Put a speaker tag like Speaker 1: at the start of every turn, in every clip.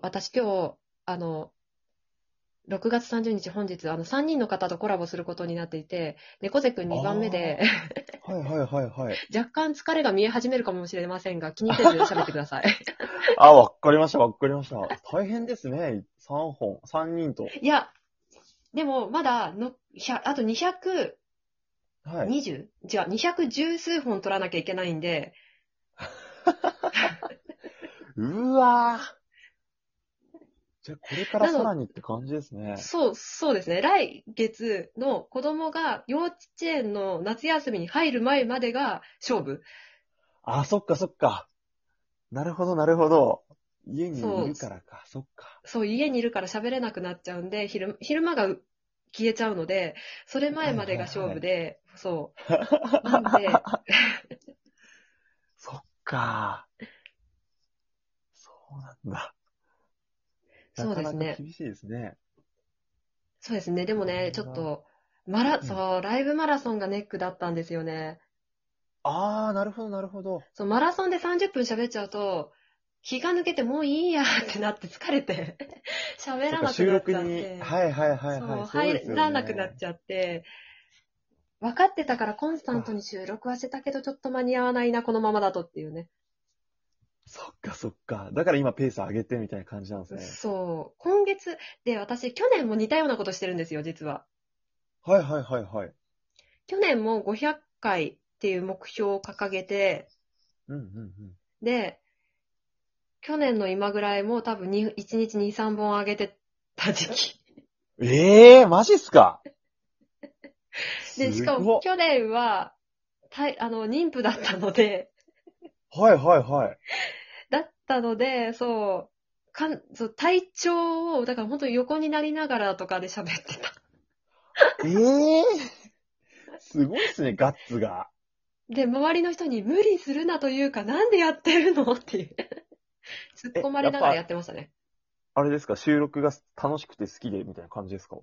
Speaker 1: 私今日、あの、6月30日本日、あの、3人の方とコラボすることになっていて、猫背くん2番目で、
Speaker 2: はいはいはいはい。
Speaker 1: 若干疲れが見え始めるかもしれませんが、気に せず喋ってください。
Speaker 2: あ、わかりましたわかりました。大変ですね。3本、3人と。
Speaker 1: いや、でも、まだの、ひゃあと220、
Speaker 2: はい。
Speaker 1: 違う、210数本取らなきゃいけないんで、
Speaker 2: うわぁ。じゃあ、これからさらにって感じですね。
Speaker 1: そう、そうですね。来月の子供が幼稚園の夏休みに入る前までが勝負。
Speaker 2: あ、そっかそっか。なるほどなるほど。家にい
Speaker 1: そう
Speaker 2: るからか、そっか。
Speaker 1: そう、家にいるから喋れなくなっちゃうんで、昼、昼間がう消えちゃうので、それ前までが勝負で、そう。なんで、
Speaker 2: そっか。そうなんだ。
Speaker 1: そうですね
Speaker 2: なかなか厳しいですね。
Speaker 1: そうですね。でもね、ちょっと、マラ、そう、ライブマラソンがネックだったんですよね。
Speaker 2: あー、なるほどなるほど。
Speaker 1: そう、マラソンで30分喋っちゃうと、気が抜けてもういいやってなって疲れて、 喋
Speaker 2: そ
Speaker 1: ら
Speaker 2: っ
Speaker 1: なくな
Speaker 2: か
Speaker 1: っち
Speaker 2: 収
Speaker 1: ゃって。
Speaker 2: 録に、はいはいはい
Speaker 1: そ
Speaker 2: は
Speaker 1: う、
Speaker 2: い。そうで
Speaker 1: 入
Speaker 2: すよね
Speaker 1: らなくなっちゃって、分かってたからコンスタントに収録はしてたけど、ちょっと間に合わないな、このままだとっていうね。
Speaker 2: そっかそっか。だから今ペース上げてみたいな感じなんですね。
Speaker 1: そう、今月、で、私、去年も似たようなことしてるんですよ、実は。
Speaker 2: はいはいはいはい。
Speaker 1: 去年も500回っていう目標を掲げて、
Speaker 2: うんうんうん。
Speaker 1: で、去年の今ぐらいも多分に1日2、3本上げてた時期。
Speaker 2: ええー、マジっすか
Speaker 1: で、しか
Speaker 2: すご
Speaker 1: も
Speaker 2: っ
Speaker 1: 去年は、たいあの、妊婦だったので、
Speaker 2: はいはいはい。
Speaker 1: だったので、そう、かん、そう、体調を、だから本当に横になりながらとかで喋ってた。
Speaker 2: ええー、すごいっすね、ガッツが。
Speaker 1: で、周りの人に無理するなというか、なんでやってるのって いう。突っ込まれながらやってましたね。
Speaker 2: あれですか、収録が楽しくて好きでみたいな感じですか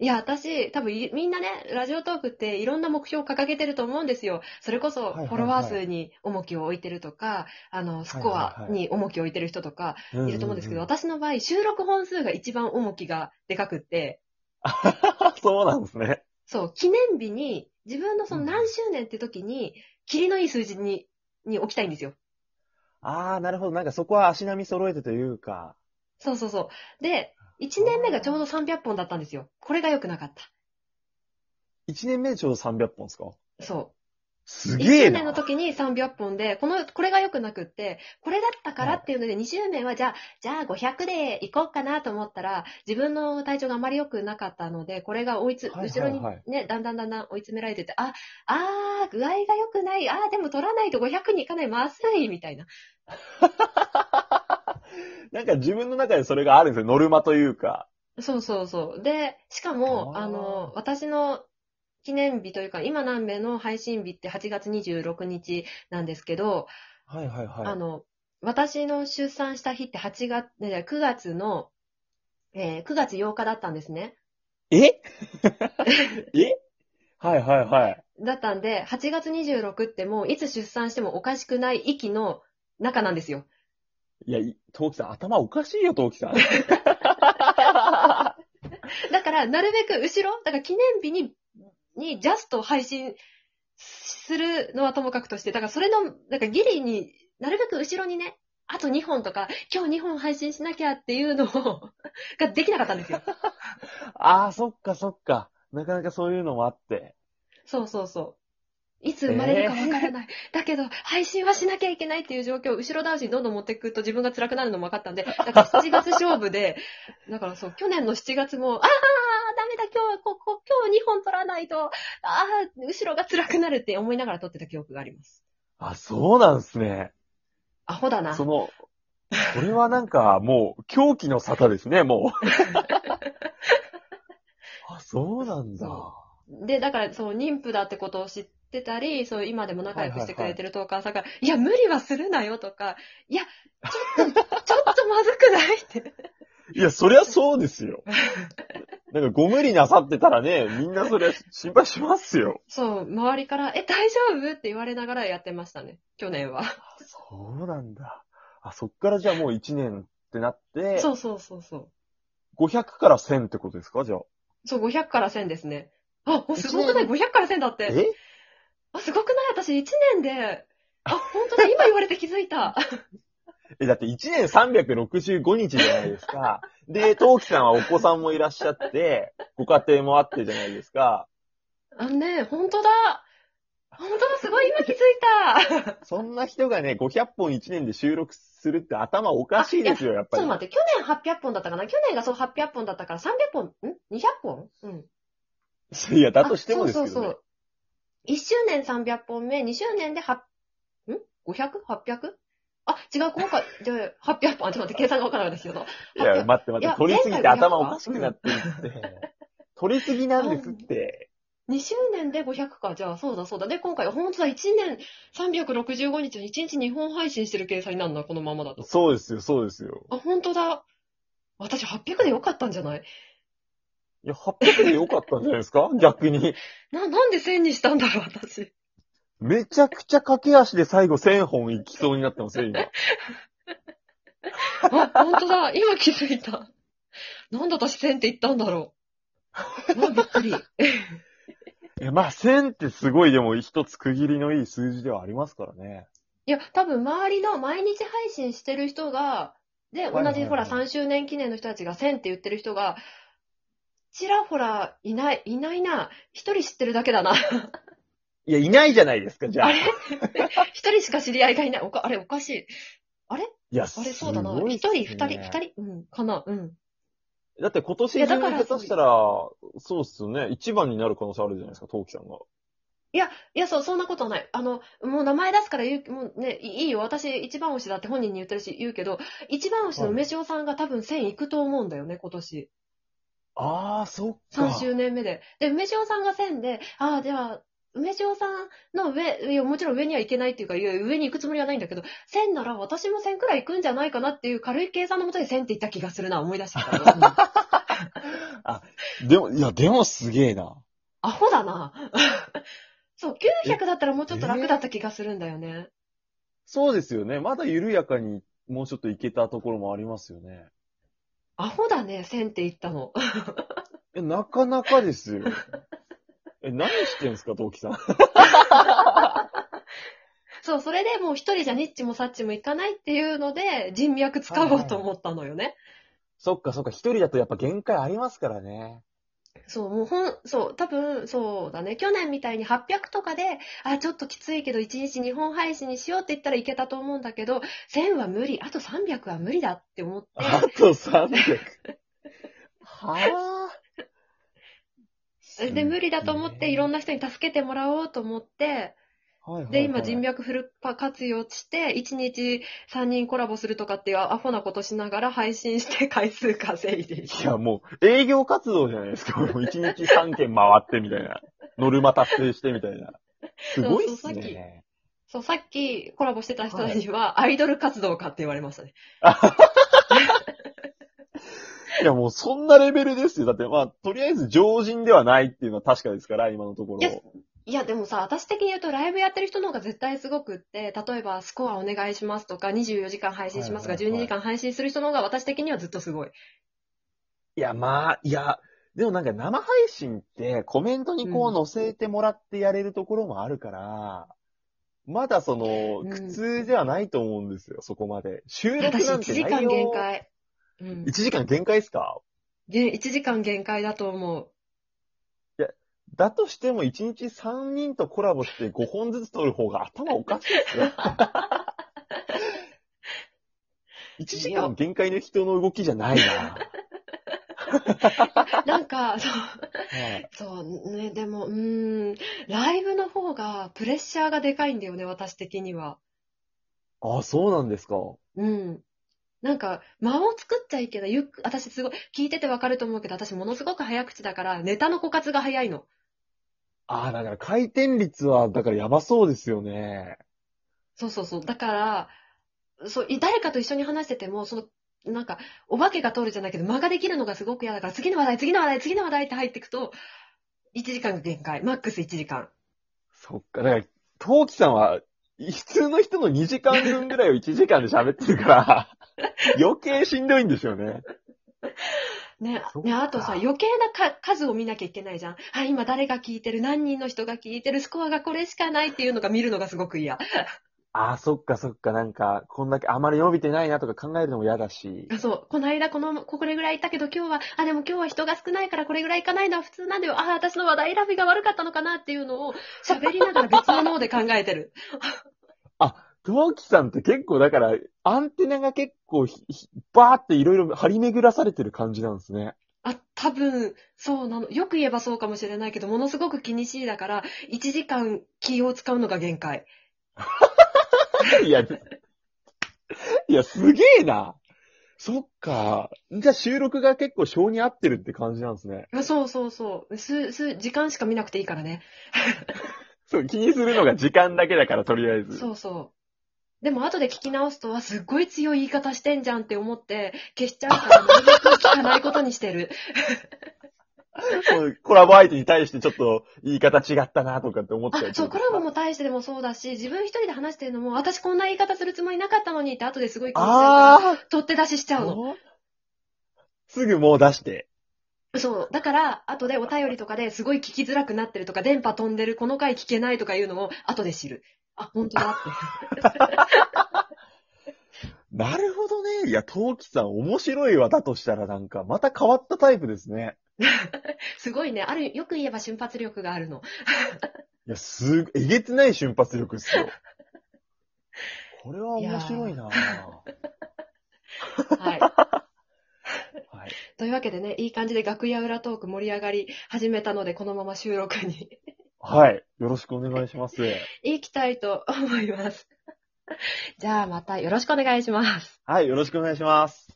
Speaker 1: いや、私、多分いみんなね、ラジオトークっていろんな目標を掲げてると思うんですよ。それこ
Speaker 2: は
Speaker 1: そ、
Speaker 2: いはいはい
Speaker 1: フォロワー数に重きを置いてるとか、あの、スコアに重きを置いてる人とか、いると思うんですけど、。私の場合、収録本数が一番重きがでかくって、
Speaker 2: そうなんですね。
Speaker 1: そう、記念日に、自分のその何周年って時に、霧のいい数字に、に置きたいんですよ。
Speaker 2: ああ、なるほど。なんかそこは足並み揃えてというか。
Speaker 1: そうそうそう。で、1年目がちょうど300本だったんですよ。これが良くなかっ
Speaker 2: 1年目でちょうど300本ですか
Speaker 1: た。そ
Speaker 2: す
Speaker 1: う。1
Speaker 2: げえ
Speaker 1: 周
Speaker 2: な
Speaker 1: 年の時に300本で、この、これが良くなくって、これだったからっていうので、2周年はじゃあ、じゃあ500で行こうかなと思ったら、自分の体調があまり良くなかったので、これが追いつ、
Speaker 2: はいはい
Speaker 1: 後ろに
Speaker 2: はい
Speaker 1: ね、だんだんだんだん追い詰められてて、あ、あー、具合が良くない、あー、でも取らないと500に行かない、まずい、みたいな。
Speaker 2: なんか自分の中でそれがあるんですよ。ノルマというか。
Speaker 1: そうそうそう。で、しかも、
Speaker 2: あー
Speaker 1: あの、私の記念日というか、今南米の配信日って8月26日なんですけど、
Speaker 2: はいはいはい。
Speaker 1: あの、私の出産した日って8月、ねじゃあ9月の、えー9月8日だったんですね。
Speaker 2: ええはいはいはい。
Speaker 1: だったんで、8月26ってもういつ出産してもおかしくない域の中なんですよ。
Speaker 2: いや、いトウキさん、頭おかしいよ、トウキさん。
Speaker 1: だから、なるべく後ろ、だから記念日に、にジャスト配信するのはともかくとして、だからそれの、だからギリに、なるべく後ろにね、あと2本とか、今日2本配信しなきゃっていうのをができなかったんですよ。
Speaker 2: ああ、そっかそっか。なかなかそういうのもあって。
Speaker 1: そうそうそう。いつ生まれるかわからない。だけど、配信はしなきゃいけないっていう状況を後ろ倒しにどんどん持っていくと自分が辛くなるのも分かったんで、だから7月勝負で、だからそう、去年の7月も、ああ、ダメだ、今日はここ、今日2本取らないと、ああ、後ろが辛くなるって思いながら撮ってた記憶があります。
Speaker 2: あ、そうなんすね。
Speaker 1: アホだな。
Speaker 2: その、これはなんか、もう、狂気の沙汰ですね、も う。あ、そうなんだ。
Speaker 1: そで、だから、そう、妊婦だってことを知ってたり、そう、今でも仲良くしてくれてるトーカーさんが、いや、無理はするなよとか、いや、ちょっと、ちょっとまずくないって。
Speaker 2: いや、そりゃそうですよ。なんか、ご無理なさってたらね、みんなそりゃ心配しますよ。
Speaker 1: そう、周りから、え、大丈夫って言われながらやってましたね、去年は。
Speaker 2: そうなんだ。あ、そっからじゃあもう一年ってなって、
Speaker 1: そうそうそうそう。
Speaker 2: 500から1000ってことですかじゃあ。
Speaker 1: そう、500から1000ですね。あ、もうすごくない ?500 から1000だって。
Speaker 2: え
Speaker 1: あ、すごくない私1年で。あ、本当だ、今言われて気づいた。
Speaker 2: え、だって1年365日じゃないで すか。で、陶器さんはお子さんもいらっしゃって、ご家庭もあってじゃないですか。
Speaker 1: あのね、本当だ。本当だ、すごい今気づい た。
Speaker 2: そんな人がね、500本1年で収録するって頭おかしいですよ、やっぱ
Speaker 1: ちょっ
Speaker 2: り
Speaker 1: と。待って、去年800本だったかな去年がそう800本だったから300本、ん ?200 本うん。
Speaker 2: いや、だとしてもです
Speaker 1: あ
Speaker 2: け
Speaker 1: そうそ
Speaker 2: ど
Speaker 1: う
Speaker 2: ね
Speaker 1: そう。。1周年300本目、2周年で8、ん ?500?800? あ、違う、今回、 じゃあ800本、あちょっと待って、計算がわからなかったですけど。
Speaker 2: いや、待って
Speaker 1: い
Speaker 2: 待っ
Speaker 1: や
Speaker 2: て、取りすぎ
Speaker 1: 前
Speaker 2: て
Speaker 1: 回500
Speaker 2: 頭おかしくなってるって。取りすぎなんですって。
Speaker 1: 2周年で500か。じゃあ、そうだそうだ。で、今回は本当だ、1年365日に1日2本配信してる計算になるな、このままだと。
Speaker 2: そうですよ、そうですよ。
Speaker 1: あ、本当だ。私800でよかったんじゃない
Speaker 2: いや、800でよかったんじゃないですか逆に。
Speaker 1: な、なんで1000にしたんだろう、私。
Speaker 2: めちゃくちゃ駆け足で最後1000本いきそうになってますよ、今。
Speaker 1: あ、本当だ。今気づいた。なんで私1000って言ったんだろう。うわびっくり。
Speaker 2: いや、まあ、1000ってすごいでも一つ区切りのいい数字ではありますからね。
Speaker 1: いや、多分周りの毎日配信してる人が、で、
Speaker 2: はいはい
Speaker 1: 同
Speaker 2: はい
Speaker 1: じほら3周年記念の人たちが1000って言ってる人が、ちらほらいない、いないな。一人知ってるだけだな。
Speaker 2: いや、いないじゃないですか、じゃあ。
Speaker 1: あ
Speaker 2: い
Speaker 1: れ 一人しか知り合いがいない。おかあれ、おかしい。
Speaker 2: や、
Speaker 1: あれ、そうだな。
Speaker 2: すごいっ
Speaker 1: 一
Speaker 2: すね
Speaker 1: 人、二人、二人、うん、かな。うん。
Speaker 2: だって今年
Speaker 1: いやだか
Speaker 2: 中
Speaker 1: ら
Speaker 2: に下手したら、そうっすよね。一番になる可能性あるじゃないですか、トウキさんが。
Speaker 1: いや、そう、そんなことはない。あの、もう名前出すから言う、もうね、いいいよ。私、一番推しだって本人に言ってるし、言うけど、一番推しの梅塩さんが多分1000行くと思うんだよね、今年。
Speaker 2: ああ、そっか。
Speaker 1: 3周年目で。で、梅塩さんが1000で、ああ、では、梅塩さんの上、いや、もちろん上には行けないっていうか、いや上に行くつもりはないんだけど、1000なら私も1000くらい行くんじゃないかなっていう軽い計算のもとで1000って言った気がするな、思い出してきた。うん
Speaker 2: でも、いや、でもすげえな。
Speaker 1: アホだな。 そう、900だったらもうちょっと楽だった気がするんだよね。
Speaker 2: そうですよね。まだ緩やかにもうちょっといけたところもありますよね。
Speaker 1: アホだね、1000って言ったの。
Speaker 2: え、なかな かですよ。え、何してんすか、トウキさん。
Speaker 1: そう、それでもう一人じゃニッチもサッチもいかないっていうので、人脈使おうと思ったのよね。
Speaker 2: そっかそっか、一人だとやっぱ限界ありますからね。
Speaker 1: そう、もうほん、そう、多分、そうだね。去年みたいに800とかで、あ、ちょっときついけど1日2本配信にしようって言ったらいけたと思うんだけど、1000は無理、あと300は無理だって思って、
Speaker 2: あと300。は
Speaker 1: それで無理だと思っていろんな人に助けてもらおうと思って、
Speaker 2: ぁ。はいはいはい
Speaker 1: で、今人脈フル活用して、1日3人コラボするとかっていうアホなことしながら配信して回数稼いでいる。
Speaker 2: いや、もう、営業活動じゃないです か。もう1日3件回ってみたいな。ノルマ達成してみたいな。すごいっす
Speaker 1: そうそうさ
Speaker 2: ね。
Speaker 1: そう、さっきコラボしてた人には、アイドル活動家って言われましたね。
Speaker 2: いや、もうそんなレベルですよ。だって、まあ、とりあえず常人ではないっていうのは確かですから、今のとこ
Speaker 1: いや
Speaker 2: ろ。
Speaker 1: いや、でもさ、私的に言うとライブやってる人の方が絶対すごくって、例えばスコアお願いしますとか、24時間配信しますが、
Speaker 2: はいはいは
Speaker 1: 12
Speaker 2: い
Speaker 1: 時間配信する人の方が私的にはずっとす ごい。
Speaker 2: いや、まあ、いや、でもなんか生配信ってコメントにこ
Speaker 1: う
Speaker 2: う載せてもらってやれるところもあるから、まだその
Speaker 1: う、ん
Speaker 2: 苦痛ではないと思うんですよ、そこまで。収録
Speaker 1: 私
Speaker 2: な
Speaker 1: 1
Speaker 2: んて
Speaker 1: 時
Speaker 2: 内
Speaker 1: 間
Speaker 2: 容
Speaker 1: 限。界。うん
Speaker 2: 1。時間限界ですか
Speaker 1: げ1時間限界だと思う。
Speaker 2: だとしても1日3人とコラボして5本ずつ撮る方が頭おかしいで すよ。1時間限界の人の動きじゃないな。
Speaker 1: なんか、 そう。
Speaker 2: はい
Speaker 1: そうね、でも、うーん、ライブの方がプレッシャーがでかいんだよね、私的には。
Speaker 2: あ、そうなんですか。
Speaker 1: うん。なんか、間を作っちゃいけない。ゆっく私すごい、聞いててわかると思うけど、私ものすごく早口だから、ネタの枯渇が早いの。
Speaker 2: ああ、だから回転率は、だからやばそうですよね。
Speaker 1: そうそうそう。だから、そう、い誰かと一緒に話してても、その、なんか、お化けが通るじゃないけど、間ができるのがすごく嫌だから、次の話題、次の話題、次の話題って入っていくと、1時間限界。マックス1時間。
Speaker 2: そっか、だから、トウキさんは、普通の人の2時間分ぐらいを1時間で喋ってるから、余計しんどいんですよね。
Speaker 1: ね
Speaker 2: そ、っ
Speaker 1: ね、
Speaker 2: か
Speaker 1: あとさ、余計なか数を見なきゃいけないじゃん。あ、今誰が聞いてる、何人の人が聞いてる、スコアがこれしかないっていうのが見るのがすごく嫌。
Speaker 2: ああ、そっかそっか、なんか、こんだけあまり伸びてないなとか考えるのも嫌だし。
Speaker 1: あそう、この間この、これぐらいいたけど今日は、あ、でも今日は人が少ないからこれぐらいいかないのは普通なんだよ。あ、私の話題選びが悪かったのかなっていうのを喋りながら別の脳で考えてる。
Speaker 2: トウキさんって結構だから、アンテナが結構ひ、ひバーっていろいろ張り巡らされてる感じなんですね。
Speaker 1: あ、多分、そうなの。よく言えばそうかもしれないけど、ものすごく気にしいだから、1時間気を使うのが限界。
Speaker 2: いや、いや、すげえな。そっか。じゃあ収録が結構性に合ってるって感じなんですね。
Speaker 1: あそうそうそう。す、す、時間しか見なくていいからね。
Speaker 2: そう、気にするのが時間だけだから、とりあえず。
Speaker 1: そうそう。でも後で聞き直すと、はすっごい強い言い方してんじゃんって思って、消しちゃうから、なるべく聞かないことにしてる。
Speaker 2: そうコラボ相手に対してちょっと言い方違ったなとかって思っちゃうってい
Speaker 1: あ、そう、コラボも対してでもそうだし、自分一人で話してるのも、私こんな言い方するつもりなかったのにって後ですごい気にしちゃうから、
Speaker 2: あ
Speaker 1: 取って出ししちゃうの。
Speaker 2: あすぐもう出して。
Speaker 1: そう。だから、後でお便りとかですごい聞きづらくなってるとか、電波飛んでる、この回聞けないとかいうのを後で知る。あ、本当だって。
Speaker 2: なるほどね。いや、トウキさん面白いわ。だとしたらなんか、また変わったタイプですね。
Speaker 1: すごいね。ある、よく言えば瞬発力があるの。
Speaker 2: いや、すぐ、えげつない瞬発力っ すよ。これは面白いな
Speaker 1: はい。
Speaker 2: はい。
Speaker 1: というわけでね、いい感じで楽屋裏トーク盛り上がり始めたので、このまま収録に
Speaker 2: はい。よろしくお願いします。
Speaker 1: 行きたいと思います。じゃあまたよろしくお願いします。
Speaker 2: はい、よろしくお願いします。